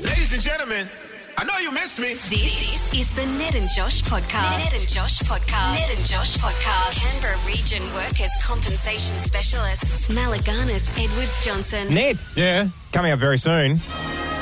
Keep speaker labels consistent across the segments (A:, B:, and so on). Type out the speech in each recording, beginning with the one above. A: Ladies and gentlemen, I know you miss me.
B: This is the Ned and Josh podcast. Ned and Josh podcast. Ned and Josh podcast. Canberra Region Workers Compensation Specialists. Malaganas Edwards Johnson.
C: Ned,
D: Yeah. Oh,
C: coming up very soon,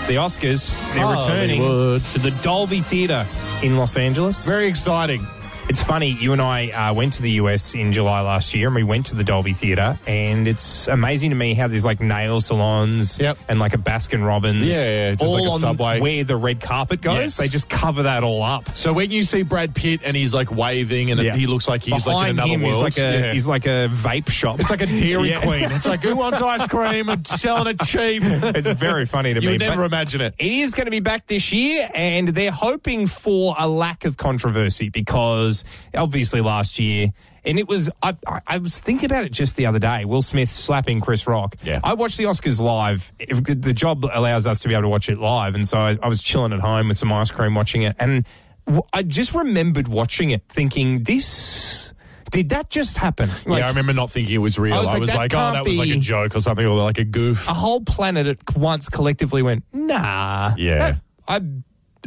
C: the Oscars, they're returning
D: Hollywood.
C: to the Dolby Theatre in Los Angeles.
D: Very exciting.
C: It's funny, you and I uh, went to the US in July last year and we went to the Dolby Theatre, and it's amazing to me how there's like nail salons
D: Yep.
C: and like a Baskin Robbins.
D: Yeah, yeah, just
C: all
D: like a
C: on
D: Subway.
C: Where the red carpet goes,
D: Yes.
C: they just cover that all up.
D: So when you see Brad Pitt and he's like waving and
C: Yeah.
D: he looks like he's like in
C: Behind
D: another
C: him
D: world.
C: Is like a,
D: Yeah.
C: He's like a vape shop.
D: it's like a Dairy
C: Yeah.
D: Queen. It's like who wants ice cream and selling it cheap?
C: it's very funny to
D: You
C: me.
D: would never
C: but-
D: imagine it.
C: It is going to be back this year, and they're hoping for a lack of controversy because obviously last year, and it was, I, I- I was thinking about it just the other day Will Smith slapping Chris Rock.
D: Yeah.
C: I watched the Oscars live. If the job allows us to be able to watch it live, and so I, I was chilling at home with some ice cream watching it, and w- I just remembered watching it thinking, this. Did that just happen? Like,
D: yeah, I remember not thinking it was real.
C: I
D: I
C: was
D: was
C: like,
D: like,
C: that
D: oh,
C: can't
D: that was like a
C: be- Uh-huh.
D: joke or something, or like a goof.
C: a whole planet at once collectively went, nah.
D: Yeah.
C: That- I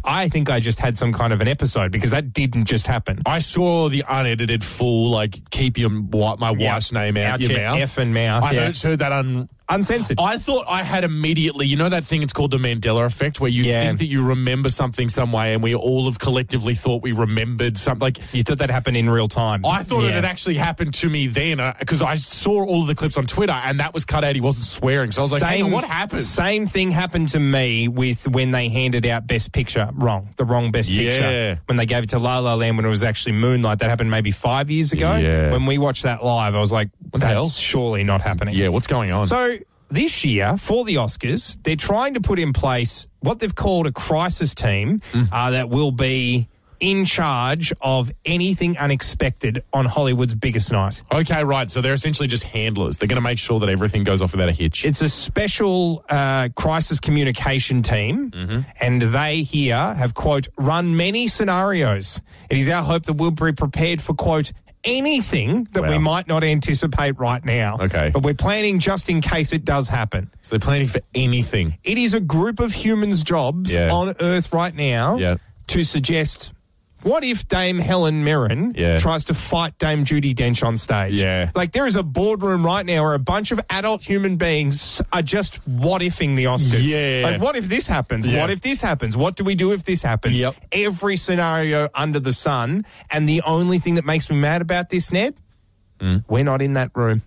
C: I think I just had some kind of an episode because that didn't just happen.
D: I saw the unedited full, like keep your wi- my
C: Yeah.
D: wife's name out
C: Out
D: your
C: your
D: mouth,
C: effing mouth,
D: I
C: yeah.
D: heard, heard that un.
C: Uncensored.
D: I thought I had immediately, you know, that thing. It's called the Mandela effect, where you
C: Yeah.
D: think that you remember something some way, and we all have collectively thought we remembered something. Like
C: you thought that happened in real time.
D: I thought it
C: Yeah.
D: had actually happened to me then because I saw all of the clips on Twitter and that was cut out. He wasn't swearing. So I was like, hang on, what happened?
C: Same thing happened to me with when they handed out Best Picture wrong, the wrong Best
D: Yeah.
C: Picture. When they gave it to La La Land when it was actually Moonlight, that happened maybe five years ago.
D: Yeah.
C: When we watched that live, I was like,
D: What the
C: that's
D: hell?
C: surely not happening.
D: yeah, what's going on?
C: So this year for the Oscars, they're trying to put in place what they've called a crisis team
D: Mm.
C: uh, that will be in charge of anything unexpected on Hollywood's biggest night.
D: okay, right. So they're essentially just handlers. They're going to make sure that everything goes off without a hitch.
C: It's a special uh, crisis communication team,
D: Mm-hmm.
C: and they here have, quote, run many scenarios. It is our hope that we'll be prepared for, quote, anything that we
D: Wow.
C: might not anticipate right now.
D: Okay.
C: But we're planning just in case it does happen.
D: so they're planning for anything.
C: It is a group of humans' jobs
D: Yeah.
C: on Earth right now
D: Yeah.
C: to suggest what if Dame Helen Mirren
D: Yeah.
C: tries to fight Dame Judy Dench on stage?
D: Yeah.
C: Like there is a boardroom right now where a bunch of adult human beings are just what ifing the Oscars.
D: Yeah.
C: Like what if this happens?
D: Yeah.
C: What if this happens? What do we do if this happens?
D: Yep.
C: Every scenario under the sun. And the only thing that makes me mad about this, Ned,
D: Hmm.
C: we're not in that room.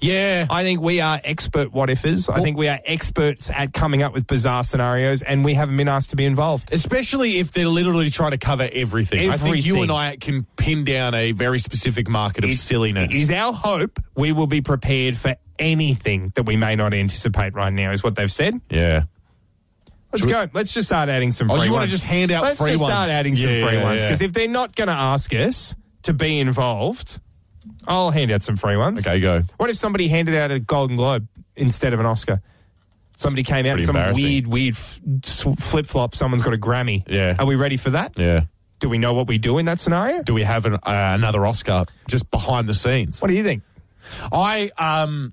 D: Yeah.
C: I think we are expert what ifers. I think we are experts at coming up with bizarre scenarios, and we haven't been asked to be involved.
D: Especially if they're literally trying to cover everything. I think you
C: Everything.
D: and I can pin down a very specific market of silliness.
C: It is our hope we will be prepared for anything that we may not anticipate right now, is what they've said.
D: yeah.
C: Let's go. Let's just start adding some
D: Oh,
C: free
D: you wanna
C: ones.
D: just hand out
C: Let's
D: free
C: just start
D: ones.
C: adding some
D: Yeah,
C: free
D: yeah,
C: ones.
D: yeah.
C: Because if they're not going to ask us to be involved, I'll hand out some free ones.
D: Okay, go.
C: What if somebody handed out a Golden Globe instead of an Oscar? Somebody came out
D: Pretty
C: in some
D: embarrassing.
C: weird, weird flip flop. Someone's got a Grammy.
D: Yeah.
C: Are we ready for that?
D: Yeah.
C: Do we know what we do in that scenario?
D: Do we have an, uh, another Oscar just behind the scenes?
C: What do you think?
D: I um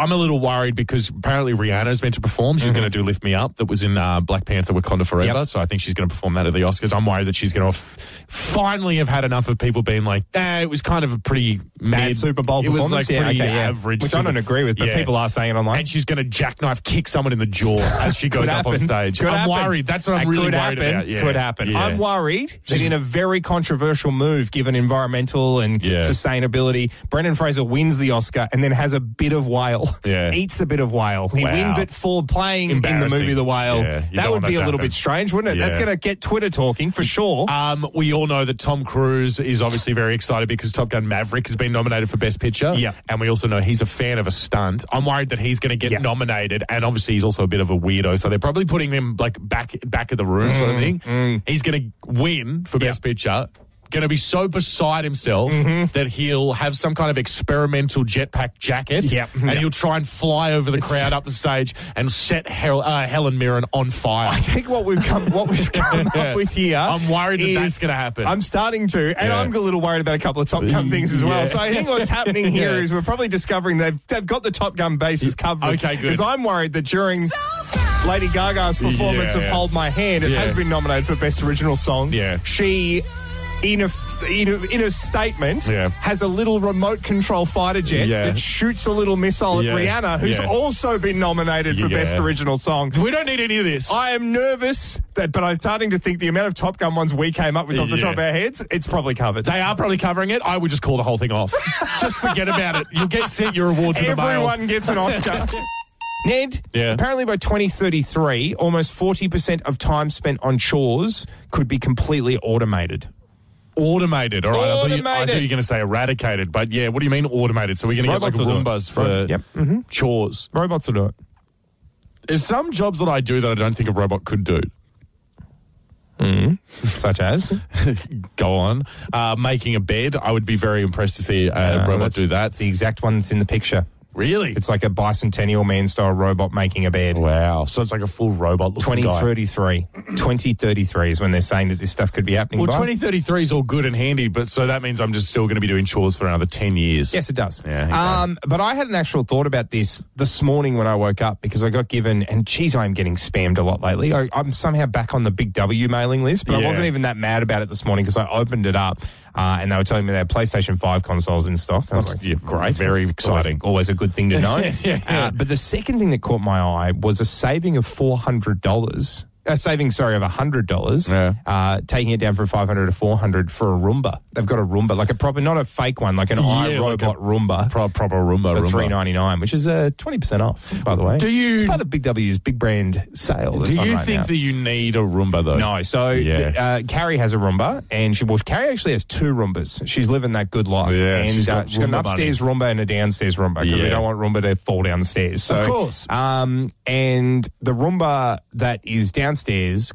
D: I'm a little worried because apparently Rihanna's meant to perform. She's going to do "Lift Me Up" that was in uh, Black Panther: Wakanda Forever.
C: Mm-hmm. Yep.
D: So I think she's going to perform that at the Oscars. I'm worried that she's going to f- finally have had enough of people being like, "Ah, it was kind of a pretty
C: Bad
D: mid-
C: Super Bowl
D: It was
C: performance.
D: like
C: Yeah,
D: pretty
C: okay, yeah.
D: average."
C: Which I
D: Super-
C: don't agree with, but
D: Yeah.
C: people are saying it online.
D: And she's going to jackknife kick someone in the jaw as she goes
C: Could
D: up on
C: happen.
D: stage.
C: Could
D: I'm
C: happen.
D: worried. That's what I'm
C: That
D: really
C: could
D: worried
C: happen.
D: about. Yeah.
C: Could happen.
D: Yeah.
C: I'm worried that in a very controversial move, given environmental and
D: Yeah.
C: sustainability, Brendan Fraser wins the Oscar and then has a bit of whale.
D: Yeah.
C: Eats a bit of whale. He
D: Wow.
C: wins it for playing in the
D: Embarrassing.
C: movie The Whale.
D: Yeah, you
C: that
D: don't
C: would
D: want
C: be
D: that
C: a little
D: to happen.
C: bit strange, wouldn't it? That's
D: Yeah.
C: going to get Twitter talking for sure.
D: Um, we all know that Tom Cruise is obviously very excited because Top Gun Maverick has been nominated for Best Picture.
C: Yeah.
D: And we also know he's a fan of a stunt. I'm worried that he's going to get
C: Yeah.
D: nominated. And obviously, he's also a bit of a weirdo. So they're probably putting him like back back of the room, sort of
C: Mm,
D: thing. He's going to win for Best Picture. Going to be so beside himself
C: Mm-hmm.
D: that he'll have some kind of experimental jetpack jacket,
C: Yep.
D: and
C: Yep.
D: he'll try and fly over the crowd up the stage and set Hel- uh, Helen Mirren on fire.
C: I think what we've come what we've come up with here.
D: I'm worried that
C: is-
D: that's gonna happen.
C: I'm starting to, and
D: Yeah.
C: I'm a little worried about a couple of Top Gun things as well.
D: Yeah.
C: So I think what's happening here
D: Yeah.
C: is we're probably discovering they've they've got the Top Gun bases covered.
D: Okay, good.
C: Because I'm worried that during Lady Gaga's performance
D: Yeah.
C: of Hold My Hand. It
D: Yeah.
C: has been nominated for Best Original Song.
D: Yeah.
C: She, in a, in a, in a statement,
D: Yeah.
C: has a little remote control fighter jet
D: Yeah.
C: that shoots a little missile
D: Yeah.
C: at Rihanna, who's
D: Yeah.
C: also been nominated for
D: Yeah.
C: Best Original Song.
D: We don't need any of this.
C: I am nervous that, but I'm starting to think the amount of Top Gun ones we came up with off the
D: Yeah.
C: top of our heads, it's probably covered.
D: they are probably covering it. I would just call the whole thing off. just forget about it. You'll get sent your awards in the mail.
C: Everyone gets an Oscar. Ned,
D: Yeah.
C: apparently by 2033, almost 40% of time spent on chores could be completely automated.
D: automated. All right, I thought you, I
C: Automated.
D: thought you were going to say eradicated, but yeah, what do you mean automated? So we're going to get like
C: Robots will do it.
D: Roombas for
C: Right, yep, mhm.
D: chores.
C: Robots will do it.
D: There's some jobs that I do that I don't think a robot could do.
C: Such as?
D: Go on, uh, making a bed. I would be very impressed to see a
C: Ah,
D: robot
C: that's-
D: do that.
C: It's the exact one that's in the picture.
D: Really?
C: It's like a bicentennial man style robot making a bed.
D: wow. So it's like a full robot. looking guy.
C: 2033. 2033 is when they're saying that this stuff could be happening.
D: Well,
C: by.
D: 2033 is all good and handy, but so that means I'm just still going to be doing chores for another 10 years.
C: Yes, it does.
D: Yeah, it does.
C: um, But I had an actual thought about this this morning when I woke up because I got given, and geez, I'm getting spammed a lot lately. I, I'm somehow back on the Big W mailing list, but I
D: Yeah.
C: wasn't even that mad about it this morning because I opened it up uh, and they were telling me they had PlayStation 5 consoles in stock. I was
D: That's-
C: like,
D: yeah,
C: great.
D: very exciting.
C: Always, always a good thing to know.
D: Yeah.
C: Uh, but the second thing that caught my eye was a saving of $400. A saving, sorry, of hundred dollars.
D: Yeah.
C: Uh, taking it down from five hundred to four hundred for a Roomba. They've got a Roomba, like a proper, not a fake one, like an
D: Yeah, like
C: iRobot
D: a
C: Roomba
D: Pro- proper Roomba.
C: for
D: Roomba.
C: three ninety nine, which is uh, twenty percent off. By the way,
D: Do you-
C: It's part of Big W's big brand sale. That's
D: Do
C: on
D: you
C: right
D: think
C: now.
D: that you need a Roomba, though?
C: No, so
D: Yeah.
C: uh, Carrie has a Roomba, and she well, Carrie actually has two Roombas. She's living that good life.
D: Yeah,
C: and
D: she's
C: uh,
D: got
C: she's got an
D: Roomba
C: upstairs Roomba and a downstairs Roomba because we
D: Yeah.
C: don't want Roomba to fall down the stairs. So,
D: Of course.
C: Um, and the Roomba that is downstairs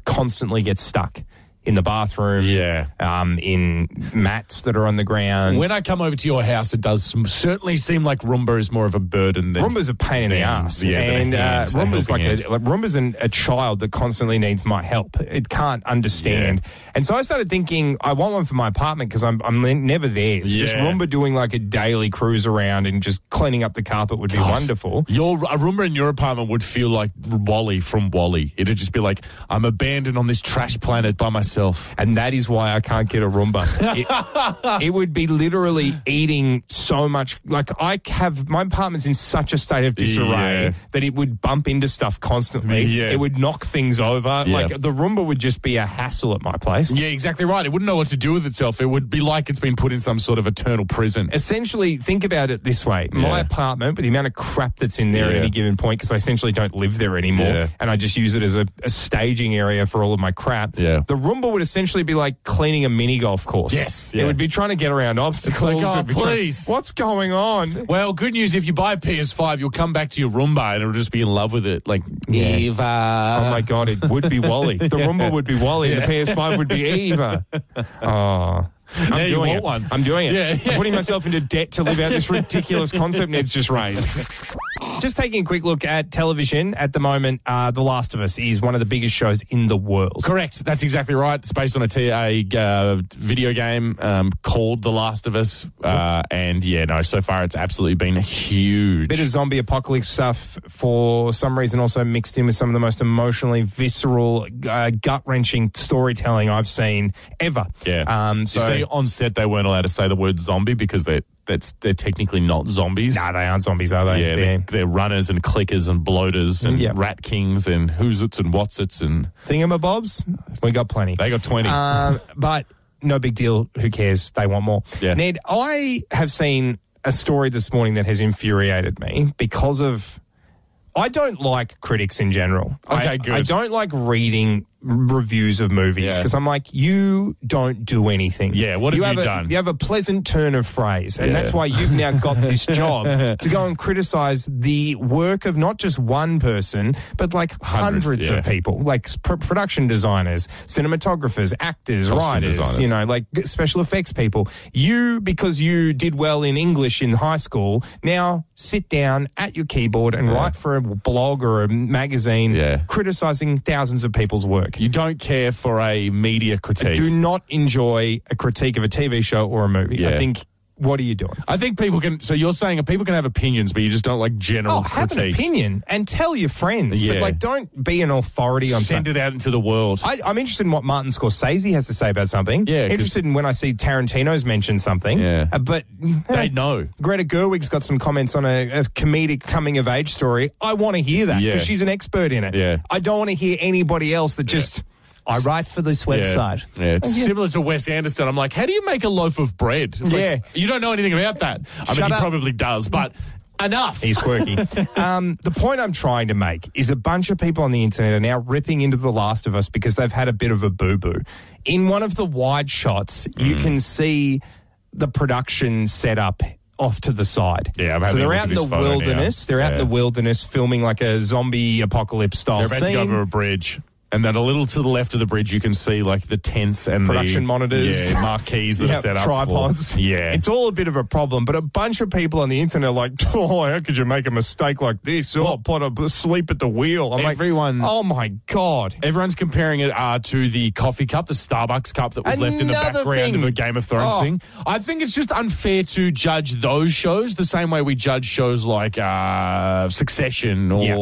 C: constantly gets stuck in the bathroom.
D: Yeah.
C: Um, in mats that are on the ground.
D: When I come over to your house, it does some, certainly seem like Roomba is more of a burden than
C: Roomba's a pain in the
D: Yeah,
C: ass,
D: yeah, they're
C: and uh,
D: hands, they're
C: Roomba's like
D: helping
C: a, like Roomba's an, a child that constantly needs my help. It can't understand, and so I started thinking I want one for my apartment because I'm I'm ne- never there. So just
D: Yeah.
C: Roomba doing like a daily cruise around and just cleaning up the carpet would be wonderful.
D: Your a Roomba in your apartment would feel like Wally from Wally. It'd just be like I'm abandoned on this trash planet by myself.
C: And that is why I can't get a Roomba. It, it would be literally eating so much. Like I have my apartment's in such a state of disarray
D: Yeah.
C: that it would bump into stuff constantly.
D: Yeah.
C: It would knock things over.
D: Yeah.
C: Like the Roomba would just be a hassle at my place.
D: Yeah, exactly right. It wouldn't know what to do with itself. It would be like it's been put in some sort of eternal prison.
C: Essentially, think about it this way: my
D: Yeah.
C: apartment, with the amount of crap that's in there at
D: Yeah.
C: any given point, because I essentially don't live there anymore,
D: Yeah.
C: and I just use it as a, a staging area for all of my crap.
D: Yeah.
C: the Roomba would essentially be like cleaning a mini golf course.
D: Yes,
C: it
D: yeah.
C: would be trying to get around obstacles.
D: like, oh,
C: It'd be trying-
D: please.
C: what's going on?
D: Well, good news if you buy a PS5, you'll come back to your Roomba and it'll just be in love with it. Like Eva.
C: oh my god, it would be Wally. The Roomba would be Wally, and the PS5 would be Eva. Oh. I'm
D: Now you
C: doing
D: want
C: it.
D: one.
C: I'm doing it.
D: Yeah, yeah.
C: I'm putting myself into debt to live out this ridiculous concept Ned's just raised. Just taking a quick look at television at the moment, uh, The Last of Us is one of the biggest shows in the world.
D: Correct. That's exactly right. It's based on a TA uh, video game um, called The Last of Us, uh, and yeah, no. So far, it's absolutely been huge.
C: Bit of zombie apocalypse stuff for some reason, also mixed in with some of the most emotionally visceral, uh, gut wrenching storytelling I've seen ever.
D: Yeah.
C: Um, so,
D: you see, on set they weren't allowed to say the word zombie because they that's they're technically not zombies.
C: nah, they aren't zombies, are they?
D: yeah,
C: They're-
D: they're, they're runners and clickers and bloaters and
C: Yeah.
D: rat kings and who's its and what's its and
C: thingamabobs, we got plenty.
D: they got twenty.
C: Um, but no big deal. Who cares? They want more.
D: Yeah.
C: Ned, I have seen a story this morning that has infuriated me because of. I don't like critics in general. I,
D: Okay, good.
C: I don't like reading r- reviews of movies
D: Yeah.
C: because I'm like, you don't do anything.
D: Yeah, what have you
C: a-
D: done?
C: You have a pleasant turn of phrase, and
D: Yeah.
C: that's why you've now got this job to go and criticize the work of not just one person, but like hundreds,
D: Hundreds, yeah.
C: of people people, like s- pr- production designers, cinematographers, actors,
D: Costume
C: writers,
D: designers.
C: you know, like g- special effects people. You, because you did well in English in high school, now sit down at your keyboard and write for a blog or a magazine
D: Yeah.
C: criticizing thousands of people's work.
D: you don't care for a media critique.
C: Do not enjoy a critique of a TV show or a movie. I
D: Yeah.
C: think what are you doing?
D: I think people can. So you're saying people can have opinions, but you just don't like general
C: Oh, have an
D: critiques.
C: opinion and tell your friends,
D: Yeah.
C: but like, don't be an authority on
D: Send
C: something.
D: it out into the world.
C: I, I'm interested in what Martin Scorsese has to say about something.
D: Yeah, 'cause-
C: interested in when I see Tarantino's mentioned something.
D: Yeah.
C: Uh, but
D: they know.
C: Greta Gerwig's got some comments on a, a comedic coming of age story. I want to hear that
D: Yeah.
C: because she's an expert in it.
D: Yeah.
C: I don't want to hear anybody else that just I write for this website.
D: Yeah, yeah. it's similar to Wes Anderson. I'm like, how do you make a loaf of bread? It's like,
C: Yeah.
D: you don't know anything about that. I mean,
C: Shut
D: he
C: up.
D: probably does, but enough.
C: He's quirky. um, the point I'm trying to make is a bunch of people on the internet are now ripping into The Last of Us because they've had a bit of a boo boo. In one of the wide shots,
D: Mm.
C: you can see the production set up off to the side.
D: Yeah, I'm
C: so
D: having a
C: they're
D: look
C: out
D: at
C: in the
D: this photo now.
C: wilderness. They're out in
D: Yeah.
C: the wilderness filming like a zombie apocalypse style
D: They're about to
C: scene.
D: go over a bridge. And then a little to the left of the bridge, you can see like the tents and
C: Production
D: the,
C: monitors.
D: yeah, marquees that
C: Yeah,
D: are set up, for-
C: tripods.
D: yeah,
C: it's all a bit of a problem. But a bunch of people on the internet are like, "Oh, how could you make a mistake like this? Oh, plot a sleep at the wheel." I'm
D: Everyone-
C: like, "Oh my god!"
D: Everyone's comparing it uh, to the coffee cup, the Starbucks cup that was left in the
C: Another
D: background
C: thing.
D: of a Game of Thrones
C: Oh.
D: thing. I think it's just unfair to judge those shows the same way we judge shows like uh, Succession or
C: Yeah.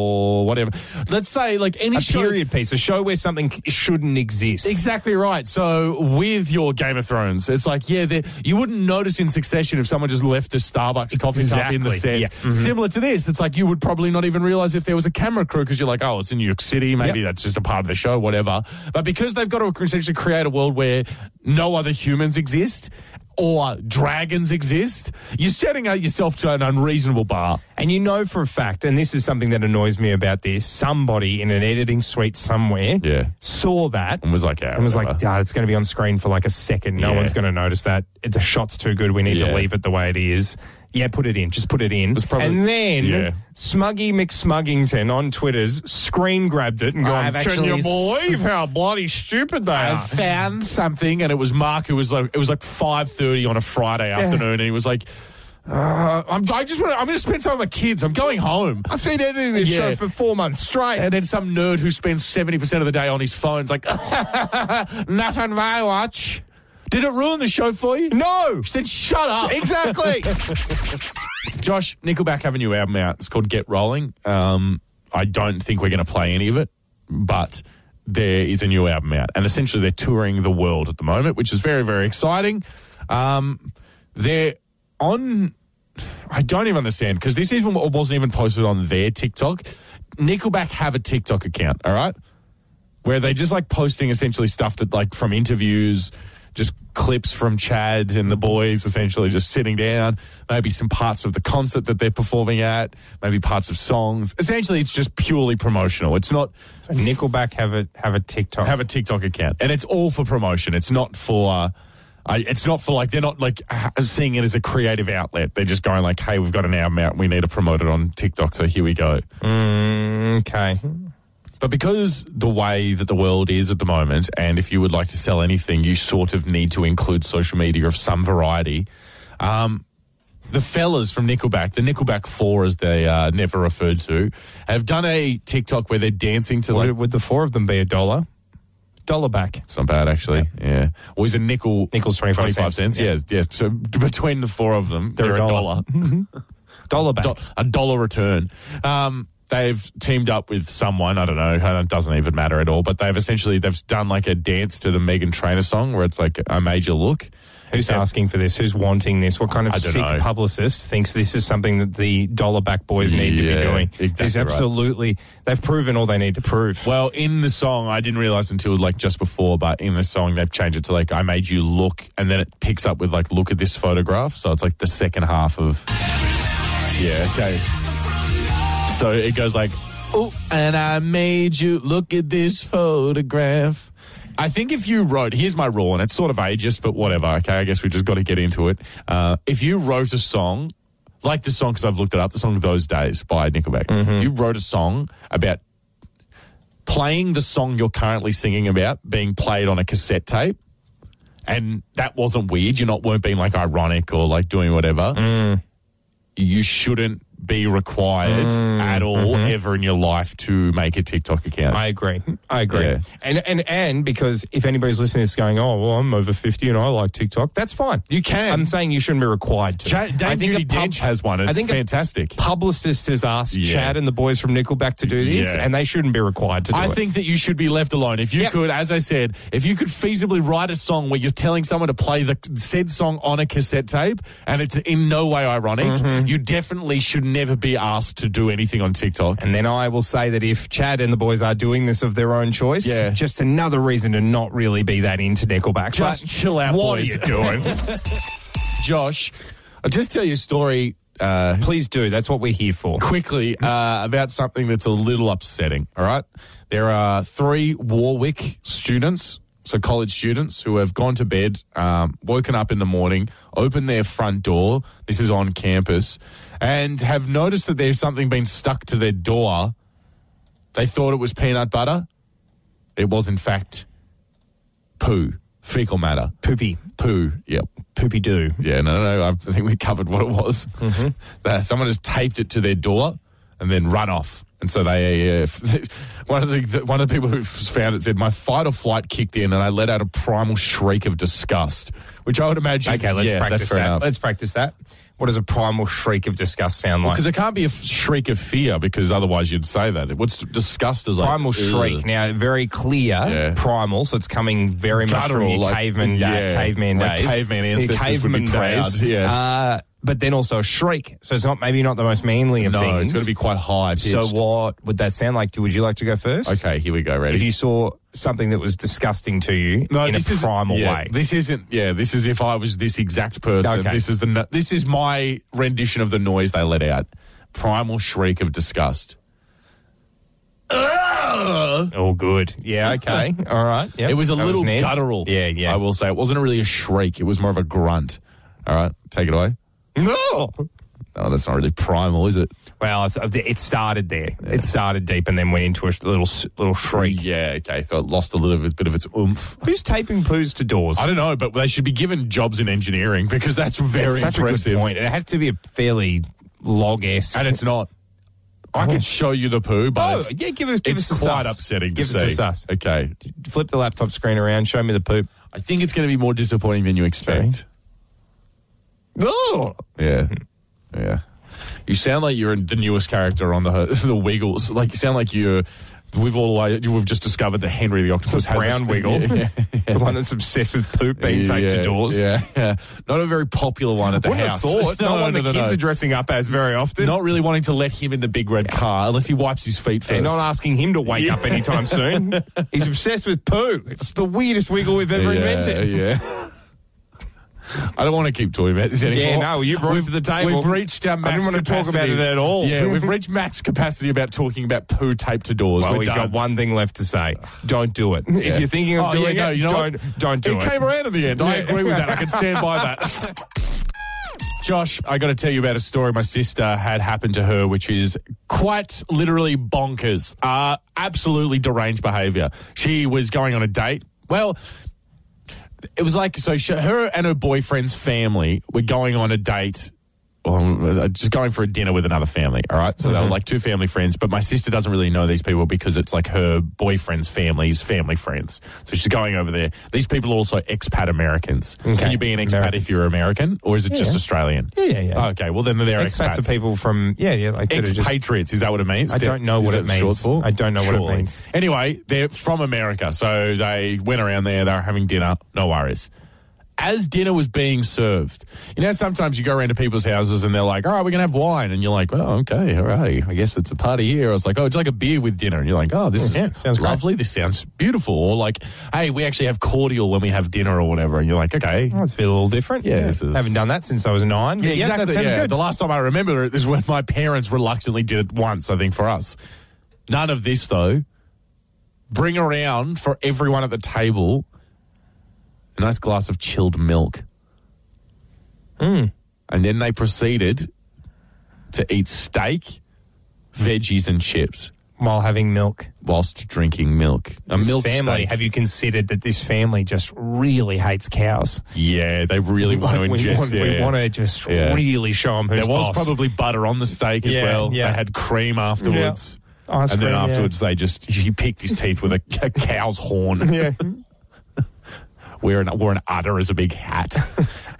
D: whatever. Let's say like any
C: A
D: show-
C: period piece, a show where something c- shouldn't exist.
D: Exactly right. So with your Game of Thrones, it's like yeah, there- you wouldn't notice in Succession if someone just left a Starbucks coffee cup in the set.
C: E- Exactly. Yeah. Mm-hmm.
D: Similar to this, it's like you would probably not even realize if there was a camera crew because you're like, oh, it's in New York City. Maybe
C: Yep.
D: that's just a part of the show, whatever. But because they've got to essentially create a world where no other humans exist. Or dragons exist. You're setting out yourself to an unreasonable bar.
C: And you know for a fact, and this is something that annoys me about this, somebody in an editing suite somewhere
D: Yeah.
C: saw that
D: And was like, yeah,
C: and was like,
D: whatever.
C: "Ah, it's going to be on screen for like a second. No
D: Yeah.
C: one's going to notice that. The shot's too good. We need
D: Yeah.
C: to leave it the way it is. Yeah, put it in. Just put it in.
D: It's probably-
C: and then
D: Yeah.
C: Smuggy McSmuggington on Twitter's screen grabbed it and gone,
D: I've
C: Can you
D: actually
C: believe how bloody stupid they
D: I
C: are?
D: found something, and it was Mark who was like, it was like five thirty on a Friday afternoon, and he was like, uh, I'm, I just want, I'm going to spend time with my kids. I'm going home.
C: I've been editing this
D: Yeah.
C: show for four months straight.
D: And then some nerd who spends seventy percent of the day on his phone's like, not on my watch. Did it ruin the show for you?
C: no!
D: Then shut up.
C: Exactly!
D: Josh, Nickelback have a new album out. It's called Get Rolling. Um, I don't think we're going to play any of it, but there is a new album out. And essentially, they're touring the world at the moment, which is very, very exciting. Um, they're on. I don't even understand because this even wasn't even posted on their TikTok. Nickelback have a TikTok account, all right? where they just like posting essentially stuff that like from interviews, just clips from Chad and the boys essentially just sitting down, maybe some parts of the concert that they're performing at, maybe parts of songs. Essentially, it's just purely promotional. It's not
C: Nickelback have a have a TikTok.
D: have a TikTok account, and it's all for promotion. It's not for. Uh, I, it's not for like they're not like h- seeing it as a creative outlet. They're just going like, "Hey, we've got an album out. We need to promote it on TikTok, so here we go."
C: okay.
D: But because the way that the world is at the moment, and if you would like to sell anything, you sort of need to include social media of some variety. Um, the fellas from Nickelback, the Nickelback Four, as they are never referred to, have done a TikTok where they're dancing to like.
C: Would, would the four of them be a dollar? Dollar back.
D: It's not bad actually. Yeah. Well, he's a nickel.
C: Nickel's 25
D: 25 cents.
C: cents.
D: Yeah. yeah. So between the four of them, they're,
C: They're
D: a
C: a
D: dollar.
C: Dollar back.
D: Do- a dollar return. Um, they've teamed up with someone. I don't know. It doesn't even matter at all. But they've essentially they've done like a dance to the Megan Trainor song where it's like a major look.
C: Who's
D: Yeah.
C: asking for this? Who's wanting this? What kind
D: I
C: of
D: don't
C: sick
D: know.
C: publicist thinks this is something that the dollar back boys need to
D: Yeah,
C: be doing?
D: exactly
C: It's
D: right.
C: absolutely, they've proven all they need to prove.
D: Well, in the song, I didn't realize until like just before, but in the song they've changed it to like "I made you look," and then it picks up with like "Look at this photograph." So it's like the second half of yeah, okay. So it goes like "Oh," and I made you look at this photograph. I think if you wrote, here's my rule, and it's sort of ageist, but whatever. Okay, I guess we just got to get into it. Uh, if you wrote a song like the song, because I've looked it up, the song "Those Days" by Nickelback, you wrote a song about playing the song you're currently singing about being played on a cassette tape. And that
C: Mm.
D: wasn't weird. You're not weren't being like ironic or like doing whatever. You shouldn't be required at all ever in your life to make a TikTok
C: Mm. Mm-hmm.
D: account.
C: I agree. I agree.
D: Yeah.
C: And and and because if anybody's listening to this going, oh well, I'm over fifty and I like TikTok, that's fine.
D: You can.
C: I'm saying you shouldn't be required to.
D: Chad- Dame Judi Dench has one. It's
C: a
D: fantastic.
C: publicist has asked
D: Yeah.
C: Chad and the boys from Nickelback to do this,
D: Yeah.
C: and they shouldn't be required to do
D: I
C: it.
D: think that you should be left alone. If you
C: Yep.
D: could, as I said, if you could feasibly write a song where you're telling someone to play the said song on a cassette tape and it's in no way ironic,
C: Mm-hmm.
D: you definitely should never be asked to do anything on TikTok.
C: And then I will say that if Chad and the boys are doing this of their own choice,
D: Yeah.
C: just another reason to not really be that into Nickelback.
D: Just
C: But
D: chill out,
C: What
D: boys.
C: are you doing?
D: Josh, I'll just tell you a story uh,
C: Please do. That's what we're here for.
D: quickly uh, about something that's a little upsetting. All right. There are three Warwick students, so college students, who have gone to bed, um, woken up in the morning, opened their front door. This is on campus, and have noticed that there's something been stuck to their door. They thought it was peanut butter. It was, in fact, poo, fecal matter.
C: Poopy,
D: Poo, yep.
C: poopy do.
D: Yeah, no, no, I think we covered what it was.
C: Mm-hmm.
D: Uh, someone has taped it to their door and then run off. And so they, uh, one of the, the one of the people who found it said, "My fight or flight kicked in, and I let out a primal shriek of disgust." Which I would imagine.
C: Okay, let's
D: yeah,
C: practice
D: that's fair
C: that.
D: enough.
C: Let's practice that. What does a primal shriek of disgust sound like?
D: Because it can't be a f- shriek of fear, because otherwise you'd say that. What's disgust is like
C: primal
D: ugh.
C: shriek. Now, very clear,
D: Yeah.
C: primal, so it's coming very much from
D: Guttural,
C: your
D: like-
C: caveman, da-
D: yeah,
C: caveman
D: my
C: days.
D: caveman
C: Your
D: ancestors would be proud, yeah.
C: Uh, but then also a shriek. So it's not maybe not the most manly of
D: No,
C: things.
D: it's going to be quite high.
C: So
D: pitched.
C: what would that sound like? Would you like to go first?
D: Okay, here we go. Ready?
C: If you saw something that was disgusting to you in a
D: isn't-
C: primal
D: yeah,
C: way.
D: This isn't. Yeah, this is if I was this exact person.
C: Okay.
D: This is the. no- This is my rendition of the noise they let out. Primal shriek of disgust. Ugh!
C: All good. Yeah, okay. All right. Yep.
D: It was a
C: That
D: little
C: Ned's.
D: guttural.
C: Yeah, yeah.
D: I will say it wasn't really a shriek. It was more of a grunt. All right, take it away.
C: No!
D: Oh, that's not really primal, is it?
C: Well, it- it started there. It started deep and then went into a sh- little s- little shriek.
D: Yeah. Okay. So it lost a little bit of its oomph.
C: Who's taping poos to doors?
D: I don't know, but they should be given jobs in engineering because that's very
C: That's such
D: impressive.
C: a good point. It had to be a fairly log esque.
D: And it's not. I could show you the poo, but
C: Oh,
D: it's,
C: yeah, give us give
D: it's
C: us a
D: quite
C: sus.
D: upsetting to
C: Give
D: see.
C: us a sus.
D: Okay.
C: Flip the laptop screen around. Show me the poop.
D: I think it's going to be more disappointing than you expect.
C: Oh,
D: Yeah.
C: Hmm.
D: Yeah. You sound like you're the newest character on the the Wiggles. Like you sound like you're we've all we've just discovered that Henry the Octopus has a-
C: brown wiggle.
D: Yeah.
C: the one that's obsessed with poop being taped
D: Yeah.
C: to doors.
D: Yeah. yeah. Not a very popular one at the
C: Wouldn't have
D: house.
C: thought.
D: No,
C: Not
D: no,
C: one
D: no,
C: the
D: no,
C: kids
D: no.
C: are dressing up as very often.
D: Not really wanting to let him in the big red car unless he wipes his feet 1st
C: They're not asking him to wake up anytime soon. He's obsessed with poo. It's the weirdest wiggle we've ever invented.
D: Yeah. I don't want to keep talking about this anymore.
C: Yeah, no, you brought it
D: We've-
C: to the table.
D: We've reached our
C: I
D: max
C: didn't want to talk
D: capacity.
C: about it at all.
D: Yeah, we've reached max capacity about talking about poo taped to doors.
C: Well,
D: We're
C: we've
D: done.
C: got one thing left to say. Don't do it. If you're thinking of
D: Oh,
C: doing
D: yeah, no,
C: it,
D: you know
C: don't,
D: what?
C: don't do it.
D: It came around at the end. I
C: Yeah.
D: agree with that. I can stand by that. Josh, I got to tell you about a story my sister had happened to her, which is quite literally bonkers. Uh, absolutely deranged behavior. She was going on a date. Well, it was like so. She, her and her boyfriend's family were going on a date. Well, just going for a dinner with another family. All right, so they
C: Mm-hmm.
D: were like two family friends. But my sister doesn't really know these people because it's like her boyfriend's family's family friends. So she's going over there. These people are also expat Americans. Can you be an expat
C: Americans.
D: if you're American, or is it just Australian?
C: Yeah, yeah, yeah.
D: Okay, well then they're expats.
C: Expats are people from yeah yeah. I could have just
D: Expatriates, is that what it means?
C: I don't know
D: Is
C: what
D: that
C: it means.
D: short for?
C: I don't know what it
D: Surely.
C: means.
D: Anyway, they're from America, so they went around there. They were having dinner. No worries. As dinner was being served, you know, sometimes you go around to people's houses and they're like, "All right, we're gonna have wine," and you're like, "Well, okay, all right, I guess it's a party here." It's like, "Oh, it's like a beer with dinner," and you're like, "Oh, this
C: Hmm, yeah,
D: is
C: sounds great.
D: lovely. This sounds beautiful." Or like, "Hey, we actually have cordial when we have dinner or whatever," and you're like, "Okay,
C: Oh, it's a bit a little different.
D: Yeah, this is-
C: haven't done that since I was nine. but
D: Yeah, exactly.
C: That sounds
D: yeah.
C: good.
D: The last time I remember it is when my parents reluctantly did it once, I think, for us. None of this, though. Bring around for everyone at the table a nice glass of chilled milk.
C: Hmm.
D: And then they proceeded to eat steak, veggies, and chips.
C: while having milk.
D: whilst drinking milk. A
C: This
D: milk
C: family.
D: steak.
C: Have you considered that this family just really hates cows?
D: Yeah, they really want to
C: we,
D: ingest.
C: want, we
D: yeah.
C: want to just
D: Yeah.
C: really show them who's
D: There was
C: boss.
D: probably butter on the steak as
C: Yeah,
D: well.
C: yeah.
D: They had cream afterwards.
C: Ice
D: and then
C: cream, yeah.
D: afterwards, they just he picked his teeth with a, a cow's horn.
C: Yeah.
D: Where an wore an udder as a big hat.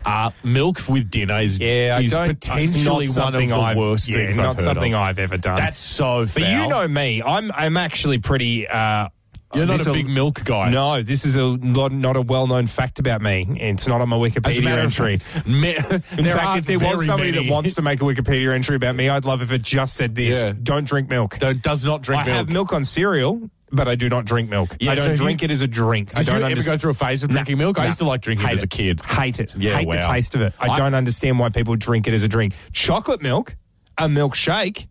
D: Uh, milk with dinner is,
C: Yeah, I
D: is
C: don't. it's not
D: potentially one of
C: something
D: the
C: I've,
D: worst
C: yeah,
D: things
C: Not
D: I've heard
C: something
D: of.
C: I've ever done.
D: That's so.
C: but you
D: foul.
C: know me. I'm I'm actually pretty. Uh,
D: you're not
C: this
D: a
C: will-
D: big milk guy.
C: No, this is a not, not a well known fact about me. It's not on my
D: as a
C: Wikipedia
D: matter of
C: entry.
D: fact, me-
C: In
D: there
C: fact,
D: are
C: if there was
D: very
C: somebody
D: many-
C: that wants to make a Wikipedia entry about me, I'd love if it just said this:
D: Yeah.
C: don't drink milk.
D: Don't- does not drink
C: I
D: milk.
C: have milk on cereal, but I do not drink milk.
D: Yeah,
C: I
D: so
C: don't
D: if
C: drink
D: you-
C: it as a drink. I
D: Did
C: don't
D: you ever
C: underst-
D: go through a phase of drinking milk? I
C: Nah.
D: used to like drinking
C: Hate
D: it as a
C: it.
D: kid.
C: Hate it.
D: Yeah,
C: Hate the
D: wow.
C: taste of it. I,
D: I-
C: don't understand why people drink it as a drink. Chocolate milk, a milkshake.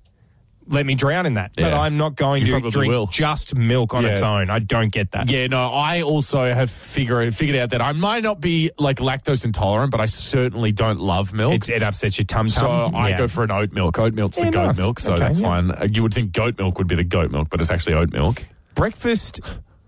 C: Let me drown in that. But
D: Yeah.
C: I'm not going
D: You
C: to
D: probably
C: drink
D: will.
C: just milk on
D: Yeah.
C: its own. I don't get that.
D: Yeah, no, I also have figured figured out that I might not be like lactose intolerant, but I certainly don't love milk.
C: It, it upsets your tum
D: so
C: tum.
D: I go for an oat milk. Oat milk's
C: Yeah,
D: the goat
C: nice.
D: milk, so
C: Okay,
D: that's
C: yeah.
D: fine. Uh, You would think goat milk would be the goat milk, but it's actually oat milk.
C: breakfast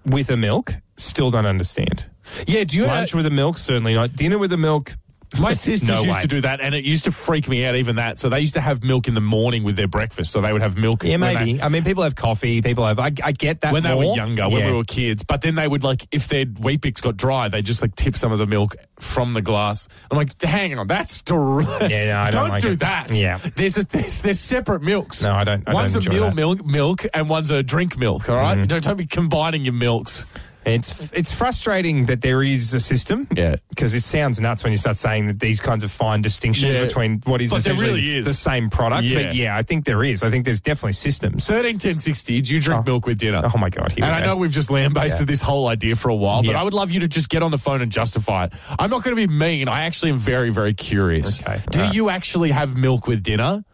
C: with a milk. Still don't understand.
D: Yeah, do you
C: Lunch with a milk, certainly not. Dinner with a milk.
D: My sisters
C: No
D: used
C: way.
D: to do that, and it used to freak me out. Even that, so they used to have milk in the morning with their breakfast. So they would have milk.
C: Yeah,
D: when they-
C: maybe. I mean, people have coffee. People have. I, I get that
D: when they
C: more.
D: were younger, when
C: Yeah.
D: we were kids. But then they would like, if their Weet-Bix got dry, they just like tip some of the milk from the glass. I'm like, hang on, that's terrible.
C: Yeah, no, I don't like
D: do
C: it.
D: that.
C: Yeah.
D: there's a there's, there's separate milks.
C: No, I don't- I don't
D: one's
C: enjoy
D: a meal
C: that. Mm-hmm.
D: milk milk and one's a drink milk. All right? don't, don't be combining your milks.
C: It's it's frustrating that there is a system.
D: Yeah.
C: Because it sounds nuts when you start saying that these kinds of fine distinctions
D: Yeah.
C: between what is
D: But there
C: essentially
D: really is.
C: the same product.
D: Yeah.
C: But yeah, I think there is. I think there's definitely systems.
D: Thirteen ten sixty. Do you drink milk with dinner?
C: Oh my god! Here
D: And
C: we
D: I
C: go.
D: know we've just lambasted
C: Yeah.
D: this whole idea for a while, but
C: Yeah.
D: I would love you to just get on the phone and justify it. I'm not going to be mean. I actually am very, very curious.
C: Okay.
D: Do
C: Alright.
D: you actually have milk with dinner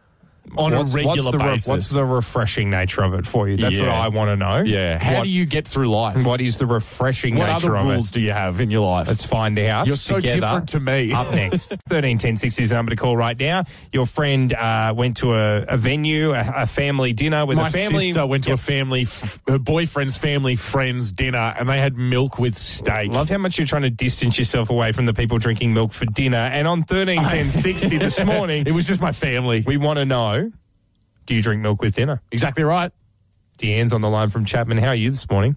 D: on
C: what's,
D: a
C: what's
D: regular
C: the re-
D: basis?
C: what's the refreshing nature of it for you? That's what
D: Yeah.
C: I want to know.
D: yeah. How
C: What-
D: do you get through life?
C: What is the refreshing
D: What
C: nature
D: other
C: of
D: rules
C: it?
D: do you have in your life?
C: Let's find out.
D: You're so
C: together.
D: different to me.
C: Up next, thirteen ten sixty is the number to call right now. Your friend uh, went to a, a venue, a, a family dinner with
D: My
C: a family.
D: sister went to a family, f- her boyfriend's family friend's dinner, and they had milk with steak.
C: Love how much you're trying to distance yourself away from the people drinking milk for dinner. And on thirteen ten sixty this morning,
D: it was just my family.
C: we want to know: Do you drink milk with dinner?
D: Exactly right.
C: Deanne's on the line from Chapman. How are you this morning?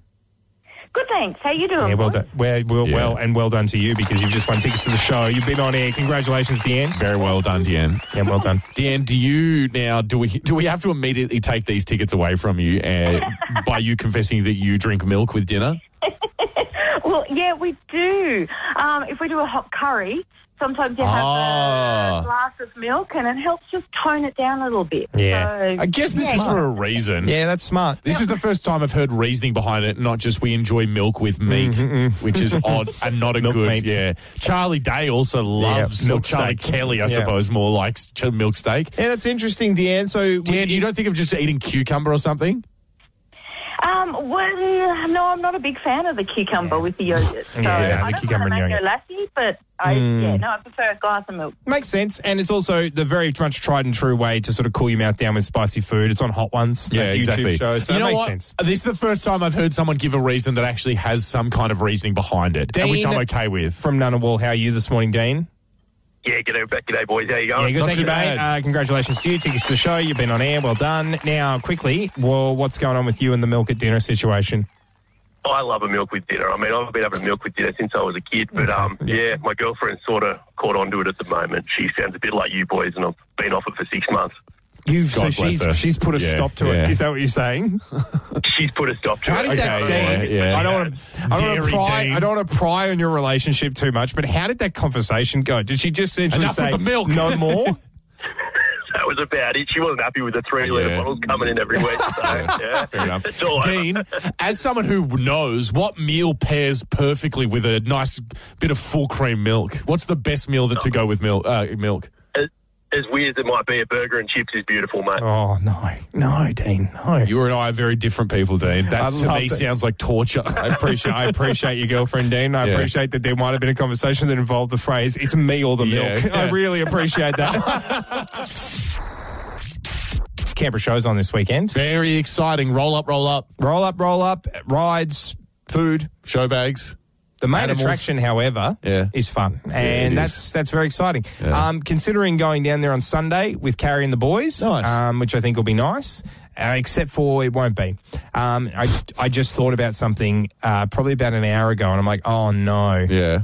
E: Good, thanks. How you doing?
C: Yeah, well
E: boys?
C: done. Well, well,
D: Yeah.
C: well, and well done to you because you've just won tickets to the show. You've been on air. Congratulations, Deanne.
D: Very well done, Deanne.
C: Yeah, well done.
D: Dan, do you now do we do we have to immediately take these tickets away from you uh, by you confessing that you drink milk with dinner?
E: Well, yeah, we do. Um, if we do a hot curry, sometimes you have
D: Ah.
E: a glass of milk, and it helps just tone it down a little bit.
C: Yeah.
E: So,
D: I guess this
E: yeah.
D: is for a reason.
C: Yeah, that's smart.
D: This is the first time I've heard reasoning behind it, not just we enjoy milk with meat, which is odd and not a good.
C: meat.
D: Yeah, Charlie Day also loves
C: milk
D: or Charlie
C: steak.
D: Kelly, I
C: Yeah.
D: suppose, more likes ch- milk steak.
C: Yeah, that's interesting, Deanne. So,
D: Dan, you don't think of just eating cucumber or something?
E: Um, well, no, I'm not a big fan of the cucumber with the yogurt. So
C: Yeah, yeah,
E: I
C: the
E: don't
C: cucumber and
E: want
C: yogurt.
E: to make
C: Hmm.
E: a lassi, but I, yeah, no, I prefer a glass of milk.
C: makes sense, and it's also the very much tried and true way to sort of cool your mouth down with spicy food. It's on hot ones, that YouTube Show, so
D: you
C: it
D: know
C: makes
D: what?
C: sense.
D: This is the first time I've heard someone give a reason that actually has some kind of reasoning behind it, and which
C: Dean-
D: I'm okay with.
C: From Ngunnawal, how are you this morning, Dean?
F: Yeah, g'day, back, g'day, boys. How you going?
C: Yeah, good.
D: not
C: Thank
D: too
C: you, mate.
D: bad.
C: Uh, congratulations to you. Tickets to the show. You've been on air. Well done. Now, quickly, well, what's going on with you and the milk at dinner situation?
F: I love a milk with dinner. I mean, I've been having milk with dinner since I was a kid, but um, yeah, my girlfriend sort of caught onto it at the moment. She sounds a bit like you boys, and I've been off it for six months.
C: You've so
D: God bless
C: she's
D: her.
C: she's put a
D: Yeah,
C: stop to
D: yeah.
C: it. Is that what you're saying?
F: She's put a stop to
C: How
F: it.
C: did that,
D: Okay,
C: Dean?
D: yeah, yeah.
C: I don't want to. I don't want to
D: Dairy
C: pry.
D: Dean.
C: I don't want to pry on your relationship too much. But how did that conversation go? Did she just essentially
D: Enough
C: say
D: with the milk.
C: no more?
F: That was about it. She wasn't happy with the three litre
D: Yeah.
F: bottles coming in every week. So, yeah,
D: Fair enough.
F: It's all over.
D: Dean, as someone who knows what meal pairs perfectly with a nice bit of full cream milk, what's the best meal that to go with milk? Uh, milk?
F: As, as weird as it might be, a burger and chips is beautiful, mate.
C: oh no, no, Dean, no.
D: You and I are very different people, Dean.
C: I
D: That to
C: love
D: me
C: that.
D: sounds like torture.
C: I appreciate. I appreciate your girlfriend, Dean. I
D: Yeah.
C: appreciate that there might have been a conversation that involved the phrase "It's me or the
D: Yeah,
C: milk." I
D: yeah.
C: really appreciate that. Canberra shows on this weekend.
D: Very exciting. Roll up, roll up.
C: Roll up, roll up, rides, food.
D: Show bags.
C: The main
D: Animals.
C: attraction, however,
D: Yeah.
C: is fun,
D: it
C: and
D: is.
C: that's that's very exciting. Um, considering going down there on Sunday with Carrie and the boys,
D: Nice.
C: um, which I think will be nice. Uh, except for it won't be. Um, I I just thought about something uh, probably about an hour ago, and I'm like, oh no,
D: Yeah.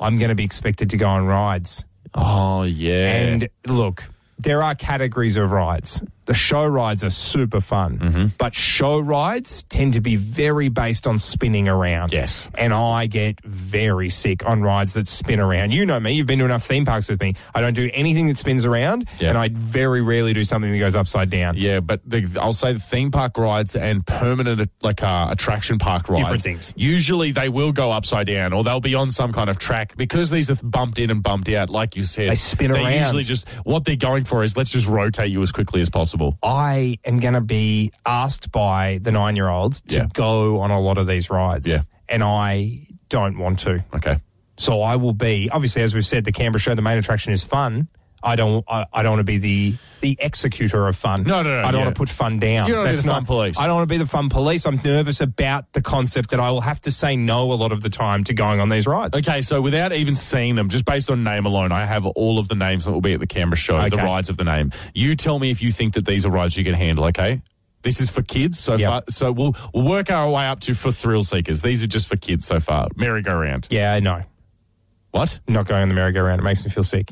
C: I'm going to be expected to go on rides.
D: Oh, yeah.
C: And look, there are categories of rides. The show rides are super fun,
D: Mm-hmm.
C: but show rides tend to be very based on spinning around.
D: Yes.
C: And I get very sick on rides that spin around. You know me, you've been to enough theme parks with me. I don't do anything that spins around,
D: Yeah.
C: and I very rarely do something that goes upside down.
D: Yeah, but the, I'll say the theme park rides and permanent like uh, attraction park rides.
C: Different things.
D: Usually they will go upside down or they'll be on some kind of track because these are bumped in and bumped out. Like you said,
C: They spin
D: they
C: around.
D: Usually, just what they're going for is let's just rotate you as quickly as possible.
C: I am going to be asked by the nine year olds to
D: Yeah.
C: go on a lot of these rides.
D: Yeah.
C: And I don't want to.
D: Okay.
C: So I will be obviously, as we've said, the Canberra show. The main attraction is fun. I don't. I, I don't want to be the the executor of fun.
D: No, no, no,
C: I don't
D: yeah.
C: want to put fun down.
D: You don't wanna be the fun police.
C: I don't want to be the fun police. I'm nervous about the concept that I will have to say no a lot of the time to going on these rides.
D: Okay, so without even seeing them, just based on name alone, I have all of the names that will be at the Canberra show, the
C: Okay.
D: rides of the name. You tell me if you think that these are rides you can handle, okay? This is for kids, so
C: Yep.
D: far. So we'll, we'll work our way up to for thrill seekers. These are just for kids so far. Merry-go-round.
C: Yeah, no,
D: What?
C: I'm not going on the merry-go-round. It makes me feel sick.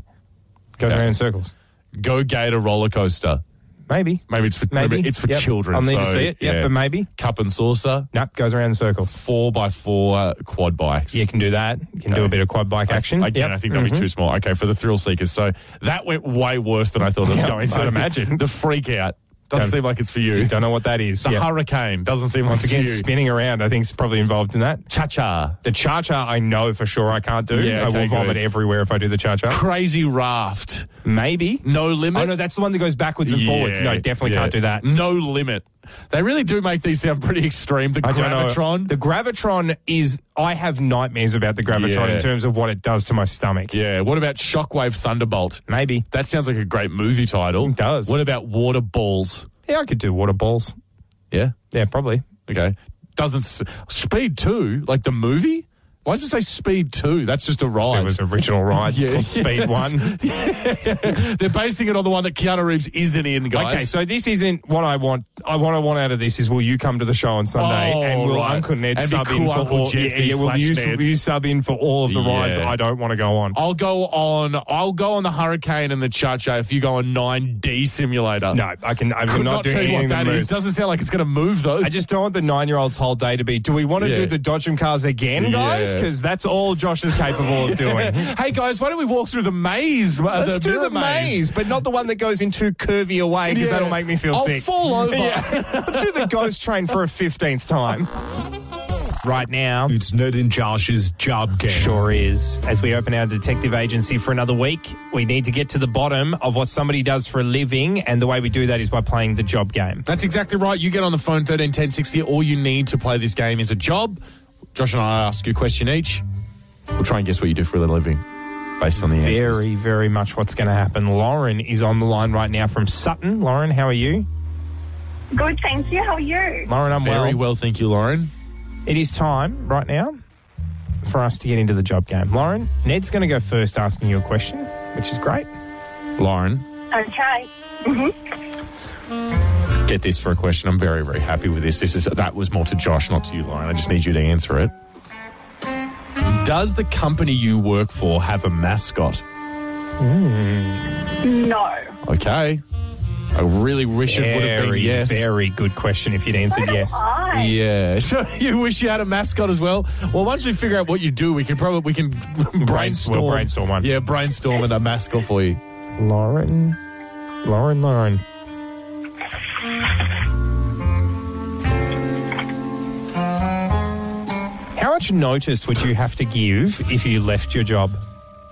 C: Goes
D: Okay.
C: around in circles.
D: Go Gator roller coaster.
C: Maybe.
D: Maybe it's for
C: Maybe.
D: maybe it's for
C: Yep.
D: children.
C: I'll need to
D: so,
C: see it. Yep, but maybe.
D: cup and saucer,
C: Nope. Goes around in circles.
D: four by four quad bikes.
C: You can do that. You can do
D: Okay.
C: a bit of quad bike action.
D: Again,
C: Yep. Mm-hmm.
D: I think that'll be too small. Okay, for the thrill seekers. So that went way worse than I thought it was
C: Yeah,
D: going. So
C: I'd imagine.
D: the freak out doesn't
C: Don't-
D: seem like it's for you.
C: Don't know what that is.
D: The
C: Yep.
D: hurricane doesn't seem
C: Once
D: like
C: again,
D: it's for you.
C: spinning around. I think is probably involved in that.
D: Cha cha,
C: The cha cha, I know for sure I can't do.
D: Yeah,
C: I
D: okay,
C: will vomit
D: good.
C: everywhere if I do the cha cha.
D: crazy raft,
C: Maybe.
D: no limit.
C: Oh no, that's the one that goes backwards and
D: Yeah, Mm.
C: forwards. No, definitely
D: yeah.
C: can't do that.
D: No limit. They really do make these sound pretty extreme. The
C: I don't know.
D: gravitron.
C: The gravitron is. I have nightmares about the gravitron
D: Yeah.
C: in terms of what it does to my stomach.
D: yeah. What about Shockwave Thunderbolt?
C: Maybe.
D: That sounds like a great movie title.
C: It does.
D: What about Water Balls?
C: Yeah, I could do water balls.
D: Yeah.
C: Yeah, probably.
D: Okay. Doesn't s- Speed Two like the movie? Why does it say Speed Two? That's just a
C: So it
D: ride.
C: was the original ride
D: Yeah.
C: called Speed One.
D: They're basing it on the one that Keanu Reeves isn't in, guys.
C: Okay, so this isn't what I want. I what I want out of this is will you come to the show on Sunday
D: Oh,
C: and will
D: right.
C: Uncle Ned
D: And be
C: sub in
D: cool
C: for
D: Uncle
C: all?
D: Jesse
C: yeah, yeah, will
D: slash
C: you,
D: Ned.
C: will you sub in for all of the rides
D: Yeah. Oh,
C: I don't want to go on?
D: I'll go on. I'll go on the Hurricane and the Cha Cha if you go on 9D Simulator.
C: No, I can. I
D: could
C: can
D: not,
C: not do
D: tell you
C: anything
D: what that
C: that
D: is.
C: moves.
D: Doesn't sound like it's going to move though.
C: I just don't want the nine-year-old's whole day to be. Do we want to
D: Yeah.
C: do the Dodgem cars again, guys?
D: Yeah.
C: Because that's all Josh is capable of doing.
D: hey guys, why don't we walk through the maze? uh,
C: Let's do
D: mirror
C: the maze, but not the one that goes in too curvy a way because
D: Yeah. Oh,
C: that'll make me feel
D: I'll
C: sick.
D: fall over.
C: Yeah. Let's do the ghost train for a fifteenth time. Right now.
G: It's Ned and Josh's job game.
C: Sure is. As we open our detective agency for another week, we need to get to the bottom of what somebody does for a living, and the way we do that is by playing the job game.
D: That's exactly right. You get on the phone 13 10 60. All you need to play this game is a job. Josh and I ask you a question each. We'll try and guess what you do for a living based on the answers.
C: Very, very much what's going to happen. Lauren is on the line right now from Sutton. Lauren, how are you?
E: Good, thank you. How are you?
C: Lauren, I'm
D: Very
C: well.
D: well, thank you, Lauren.
C: It is time right now for us to get into the job game. Lauren, Ned's going to go first asking you a question, which is great.
D: Lauren,
E: Okay.
D: get this for a question. I'm very, very happy with this. This is that was more to Josh, not to you, Lauren. I just need you to answer it. Does the company you work for have a mascot?
E: No.
D: Okay. I really wish it would have been
C: Very,
D: yes.
C: very good question if you'd answered yes.
E: I.
D: Yeah. So you wish you had a mascot as well? Well, once we figure out what you do, we can probably we can brainstorm.
C: We'll brainstorm one.
D: Yeah, brainstorm and a mascot for you.
C: Lauren, Lauren, Lauren. How much notice would you have to give if you left your job?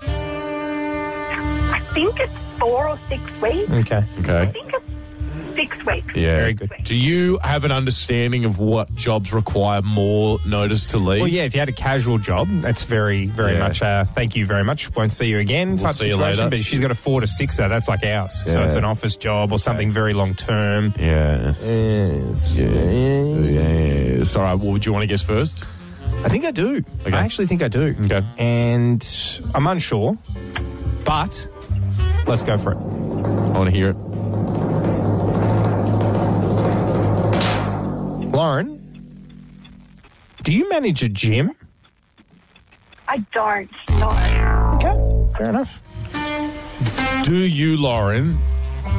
E: I think it's four or six weeks.
C: Okay.
D: Okay.
E: I think it's six weeks.
D: Yeah.
C: Very good.
D: Do you have an understanding of what jobs require more notice to leave?
C: Well, yeah, if you had a casual job, that's very, very
D: Yeah.
C: much uh, thank you very much. Won't see you again type
D: see you
C: situation.
D: later.
C: But she's got a four to sixer. That's like ours. So
D: Yeah.
C: it's an office job or something very long term.
D: Yes.
C: Yes.
D: Yes. All right. Well, do you want to guess first?
C: I think I do.
D: Okay.
C: I actually think I do.
D: Okay.
C: And I'm unsure, but let's go for it.
D: I want to hear it.
C: Lauren, do you manage a gym?
E: I don't know.
C: Okay, fair enough.
D: Do you, Lauren,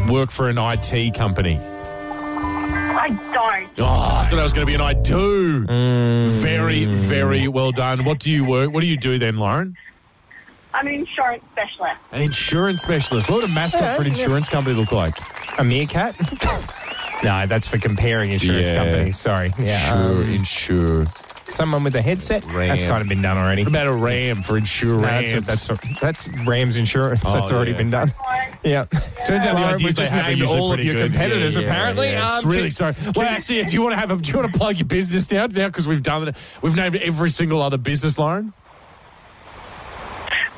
D: work for an IT company?
E: I don't.
D: Oh, I thought I was going to be an I do. Mm. Very, very well done. What do you work? What do you do then, Lauren?
E: I'm an insurance specialist.
D: An insurance specialist. What would a mascot for an insurance company look like?
C: A meerkat? no, that's for comparing insurance
D: Yeah.
C: companies. Sorry. Yeah. um,
D: Sure, insure. What
C: someone with a headset? That's
D: Ram.
C: kind of been done already.
D: about a ram for
C: No,
D: insurance?
C: that's, that's, that's Rams insurance.
D: Oh,
C: that's already
D: yeah.
C: been done. Yeah.
D: Turns out the
C: Lauren,
D: ideas
C: we've
D: they
C: just
D: have are
C: named
D: usually
C: all of
D: pretty
C: your
D: good.
C: competitors,
D: Yeah, yeah,
C: apparently.
D: yeah.
C: Um,
D: It's really
C: can-
D: sorry. Well, actually, do you want to have a, do you want to plug your business now? Now, because we've done it, we've named every single other business, Lauren.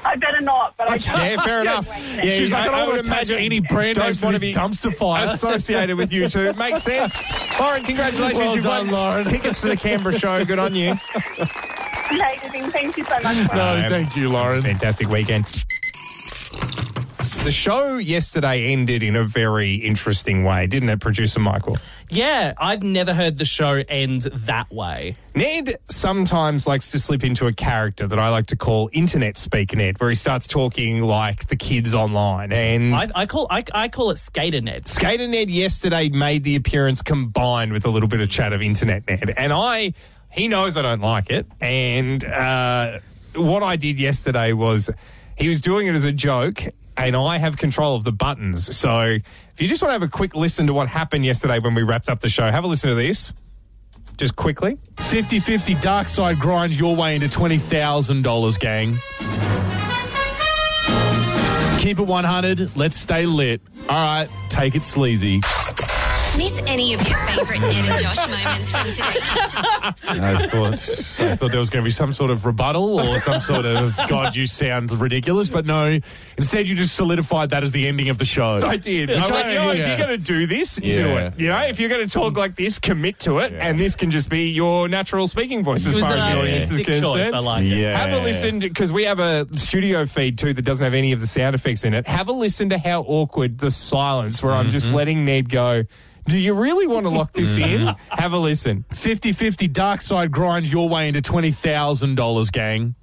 E: I better not, but I
C: Yeah, fair enough. Yeah,
D: She's like, I don't want to imagine any brand
C: don't
D: name for
C: wanna be
D: this dumpster fire.
C: associated with you two. Makes sense. Lauren, congratulations.
D: Well
C: You've
D: done,
C: won
D: Lauren.
C: tickets to the Canberra show. Good on you.
E: Amazing. Thank you so much. For
D: No,
C: Um,
D: thank you, Lauren.
C: Fantastic weekend. The show yesterday ended in a very interesting way, didn't it, producer Michael?
H: Yeah, I've never heard the show end that way.
C: Ned sometimes likes to slip into a character that I like to call internet speak Ned, where he starts talking like the kids online. And
H: I, I call I, I call it skater nets.
C: Skater Ned yesterday made the appearance combined with a little bit of chat of internet Ned, and I, he knows I don't like it, and uh, what I did yesterday was he was doing it as a joke, and I have control of the buttons. So if you just want to have a quick listen to what happened yesterday when we wrapped up the show, have a listen to this, just quickly.
D: 50 50 dark side grind your way into $20,000, gang. Keep it 100. Let's stay lit. All right, take it sleazy.
B: Miss any of your favourite Ned and Josh moments from today? Catch up.
D: I thought I thought there was going to be some sort of rebuttal or some sort of God, you sound ridiculous. But no, instead you just solidified that as the ending of the show.
C: I did.
D: Which
C: I went,
D: I-
C: you know, if
D: yeah.
C: you're going to do this, do
D: Yeah.
C: it. You know, if you're going to talk like this, commit to it,
D: Yeah.
C: and this can just be your natural speaking voice as
H: It was
C: far
H: an
C: as the audience is
H: artistic
C: concerned.
H: choice. I like it.
D: Yeah.
C: Have a listen because we have a studio feed too that doesn't have any of the sound effects in it. Have a listen to how awkward the silence where I'm
D: Mm-hmm.
C: just letting Ned go. Do you really want to lock this in? Have a listen.
D: 50 50 dark side grind your way into $20,000, gang.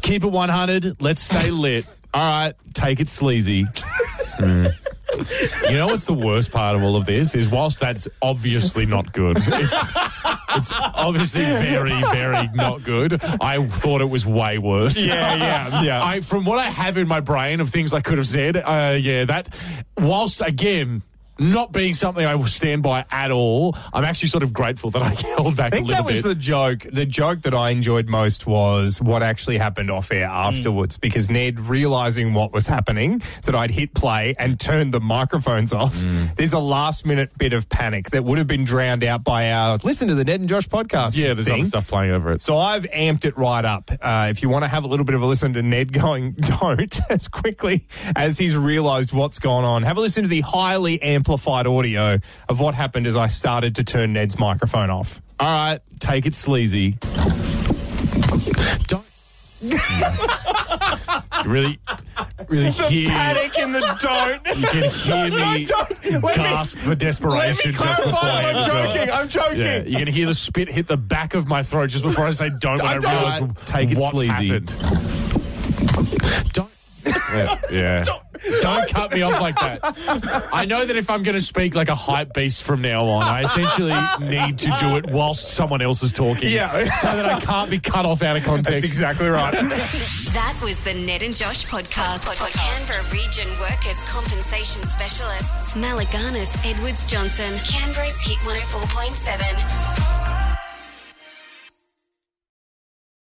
D: Keep it 100. Let's stay lit. All right, take it sleazy.
C: Hmm.
D: Mm. You know what's the worst part of all of this is whilst that's obviously not good, it's, it's obviously very, very not good. I thought it was way worse.
C: Yeah, yeah, yeah.
D: I, from what I have in my brain of things I could have said, uh, yeah, that, whilst again, not being something I will stand by at all, I'm actually sort of grateful that I held back
C: I
D: a
C: think
D: little
C: that was
D: bit.
C: the joke. The joke that I enjoyed most was what actually happened off air
D: Mm.
C: afterwards because Ned, realizing what was happening, that I'd hit play and turned the microphones off,
D: Mm.
C: there's a last minute bit of panic that would have been drowned out by our listen to the Ned and Josh podcast.
D: yeah, there's
C: thing.
D: other stuff playing over it.
C: So I've amped it right up. Uh, if you want to have a little bit of a listen to Ned going, don't, as quickly as he's realized what's gone on, have a listen to the highly amplified audio of what happened as I started to turn Ned's microphone off.
D: All right, take it sleazy. Don't. You really, really hear.
C: panic in the don't.
D: You can hear me
C: don't. Let me-
D: gasp for
C: Let
D: desperation
C: me
D: just before
C: clarify.
D: I
C: I'm
D: end it.
C: joking. I'm joking.
D: Yeah, you're gonna hear the spit hit the back of my throat just before I say don't. When I,
C: I don't.
D: realize
G: Take it
D: what's
G: sleazy.
D: happened. Don't. Yeah, yeah. Don't, cut me off like that. I know that if I'm going to speak like a hype beast from now on, I essentially need to do it whilst someone else is talking.
C: Yeah.
D: So that I can't be cut off out of context.
C: That's exactly right.
B: That was the Ned and Josh podcast. For Canberra region workers compensation oh specialists, Malaganas Edwards Johnson, Canberra's Hit 104.7.